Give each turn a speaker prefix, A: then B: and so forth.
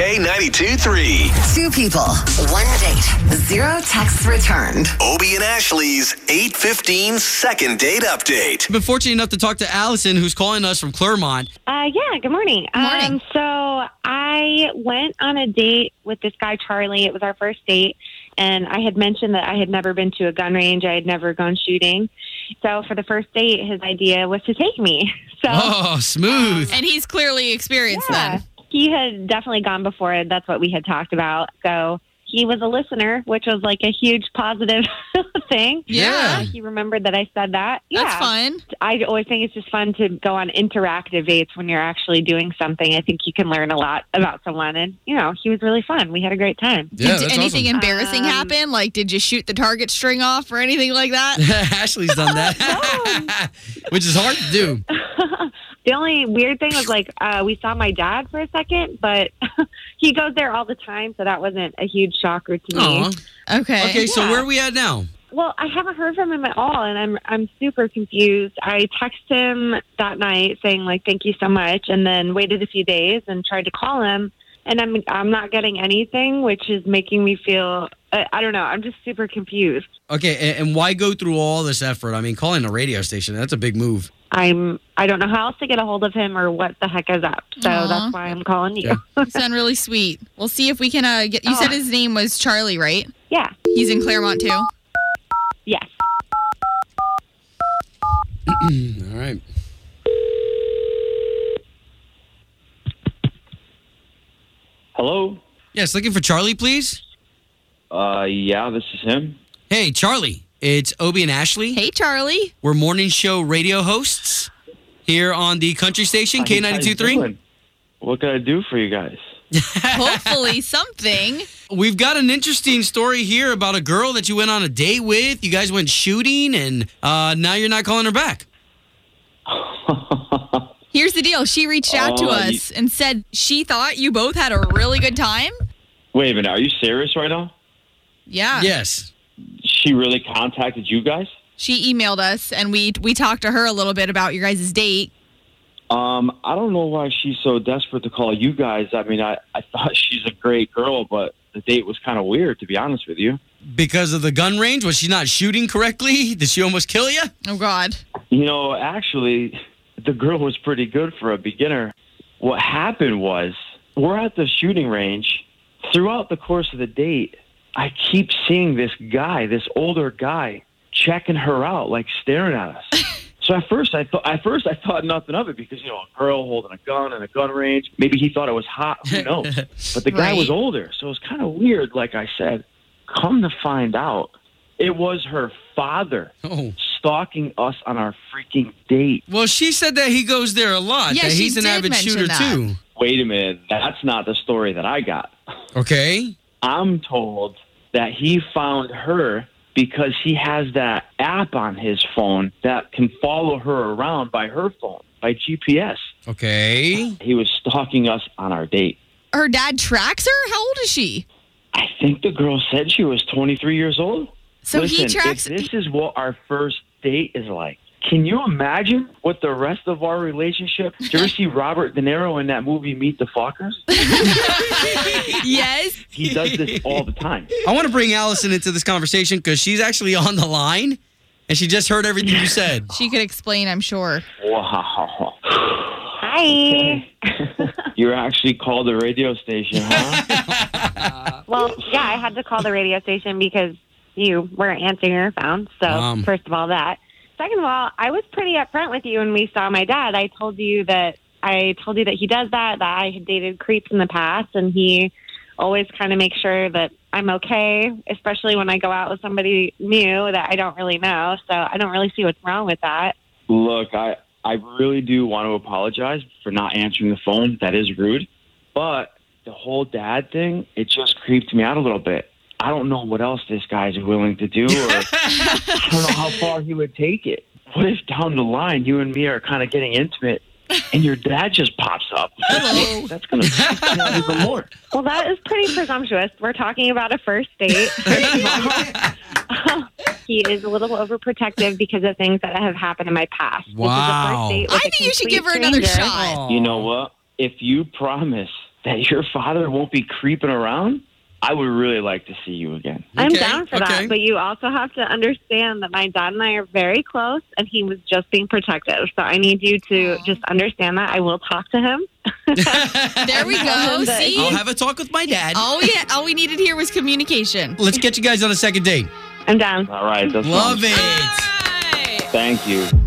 A: K92 3.
B: Two people, one date, zero texts returned.
A: Obie and Ashley's 815 second date update.
C: Been fortunate enough to talk to Allison, who's calling us from Clermont.
D: Uh, yeah, good morning.
E: Good morning.
D: Um, so I went on a date with this guy, Charlie. It was our first date. And I had mentioned that I had never been to a gun range, I had never gone shooting. So for the first date, his idea was to take me. So
C: Oh, smooth.
E: And he's clearly experienced
D: yeah,
E: then.
D: he had definitely gone before. That's what we had talked about. So he was a listener, which was like a huge positive thing. Uh,
E: Yeah.
D: He remembered that I said that. Yeah.
E: That's fun.
D: I always think it's just fun to go on interactive dates when you're actually doing something. I think you can learn a lot about someone. And, you know, he was really fun. We had a great time.
C: Yeah,
E: did
C: that's
E: anything
C: awesome.
E: embarrassing
D: Um,
E: happen? Like, did you shoot the target string off or anything like that?
C: Ashley's done that, which is hard to do.
D: the only weird thing was like uh, we saw my dad for a second, but he goes there all the time. So that wasn't a huge shocker to me.
C: Aw.
E: Okay.
C: Okay, so
D: Uh, Yeah.
C: where are we at now?
D: Well, I haven't heard from him at all, and I'm I'm super confused. I texted him that night saying like thank you so much, and then waited a few days and tried to call him, and I'm I'm not getting anything, which is making me feel I, I don't know. I'm just super confused.
C: Okay, and, and why go through all this effort? I mean, calling a radio station, that's a big move.
D: I'm I don't know how else to get a hold of him or what the heck is up. So
E: Aw.
D: that's why I'm calling you.
C: Yeah.
E: You sound really sweet. We'll see if we can uh, get. You said
D: Oh.
E: his name was Charlie, right?
D: Yeah.
E: He's in Claremont too.
D: Yes.
C: All right.
F: Hello.
C: Yes, looking for Charlie, please.
F: Uh, yeah, this is him.
C: Hey, Charlie, it's Obie and Ashley.
E: Hey, Charlie.
C: We're morning show radio hosts here on the country station,
F: How you guys
C: K92.3.
F: doing? What can I do for you guys?
E: Hopefully something.
C: We've got an interesting story here about a girl that you went on a date with. You guys went shooting, and uh, now you're not calling her back.
E: Here's the deal. She reached out to
F: Oh, you-
E: us and said she thought you both had a really good time.
F: Wait a minute. Are you serious right now?
E: Yeah.
C: Yes.
F: She really contacted you guys?
E: She emailed us and we we talked to her a little bit about your guys' date.
F: Um, I don't know why she's so desperate to call you guys. I mean, I, I thought she's a great girl, but the date was kind of weird, to be honest with you.
C: Because of the gun range? Was she not shooting correctly? Did she almost kill you?
E: Oh God.
F: You know, actually, the girl was pretty good for a beginner. What happened was we're at the shooting range. Throughout the course of the date, I keep seeing this guy, this older guy, checking her out, like staring at us. so at first, I thought at first I thought nothing of it because you know a girl holding a gun in a gun range. Maybe he thought it was hot. Who knows? but the guy
E: Right.
F: was older, so it was kind of weird. Like I said, come to find out, it was her father
C: Oh.
F: stalking us on our freaking date.
C: Well, she said that he goes there a lot.
E: Yeah,
C: that
E: she
C: he's an
E: did
C: avid
E: mention
C: shooter
E: that.
C: too.
F: Wait a minute, that's not the story that I got.
C: Okay.
F: I'm told that he found her because he has that app on his phone that can follow her around by her phone, by GPS.
C: Okay.
F: He was stalking us on our date.
E: Her dad tracks her? How old is she?
F: I think the girl said she was 23 years old.
E: So
F: Listen,
E: he tracks
F: If this is what our first date is like. Can you imagine what the rest of our relationship? Did you ever see Robert De Niro in that movie Meet the Fockers?
E: Yes.
F: He does this all the time.
C: I want to bring Allison into this conversation because she's actually on the line and she just heard everything you said.
E: She could explain, I'm sure.
F: Wow.
D: Hi.
F: You're actually called the radio station, huh?
D: Well, yeah, I had to call the radio station because you weren't answering your phone. So,
C: Um.
D: first of all, that. Second of all, I was pretty upfront with you when we saw my dad. I told you that I told you that he does that. That I had dated creeps in the past, and he always kind of makes sure that I'm okay, especially when I go out with somebody new that I don't really know. So I don't really see what's wrong with that.
F: Look, I, I really do want to apologize for not answering the phone. That is rude. But the whole dad thing, it just creeped me out a little bit. I don't know what else this guy's willing to do, or I don't know how far he would take it. What if down the line you and me are kind of getting intimate, and your dad just pops up?
C: Hello.
F: That's gonna freak me out even more.
D: Well, that is pretty presumptuous. We're talking about a first date. he is a little overprotective because of things that have happened in my past. This is the
C: Wow.
D: first date with a
E: I think you should
D: complete
E: give her another
D: stranger.
E: shot.
F: You know what? If you promise that your father won't be creeping around, I would really like to see you again.
D: I'm
C: Okay,
D: down for
C: okay.
D: that, but you also have to understand that my dad and I are very close, and he was just being protective. So I need you to just understand that. I will talk to him.
E: There we go.
D: That-
E: See?
C: I'll have a talk with my dad.
E: all we all we needed here was communication.
C: Let's get you guys on a second date.
D: I'm down.
F: All right. That's
C: Love
F: fine.
C: it.
F: Thank you.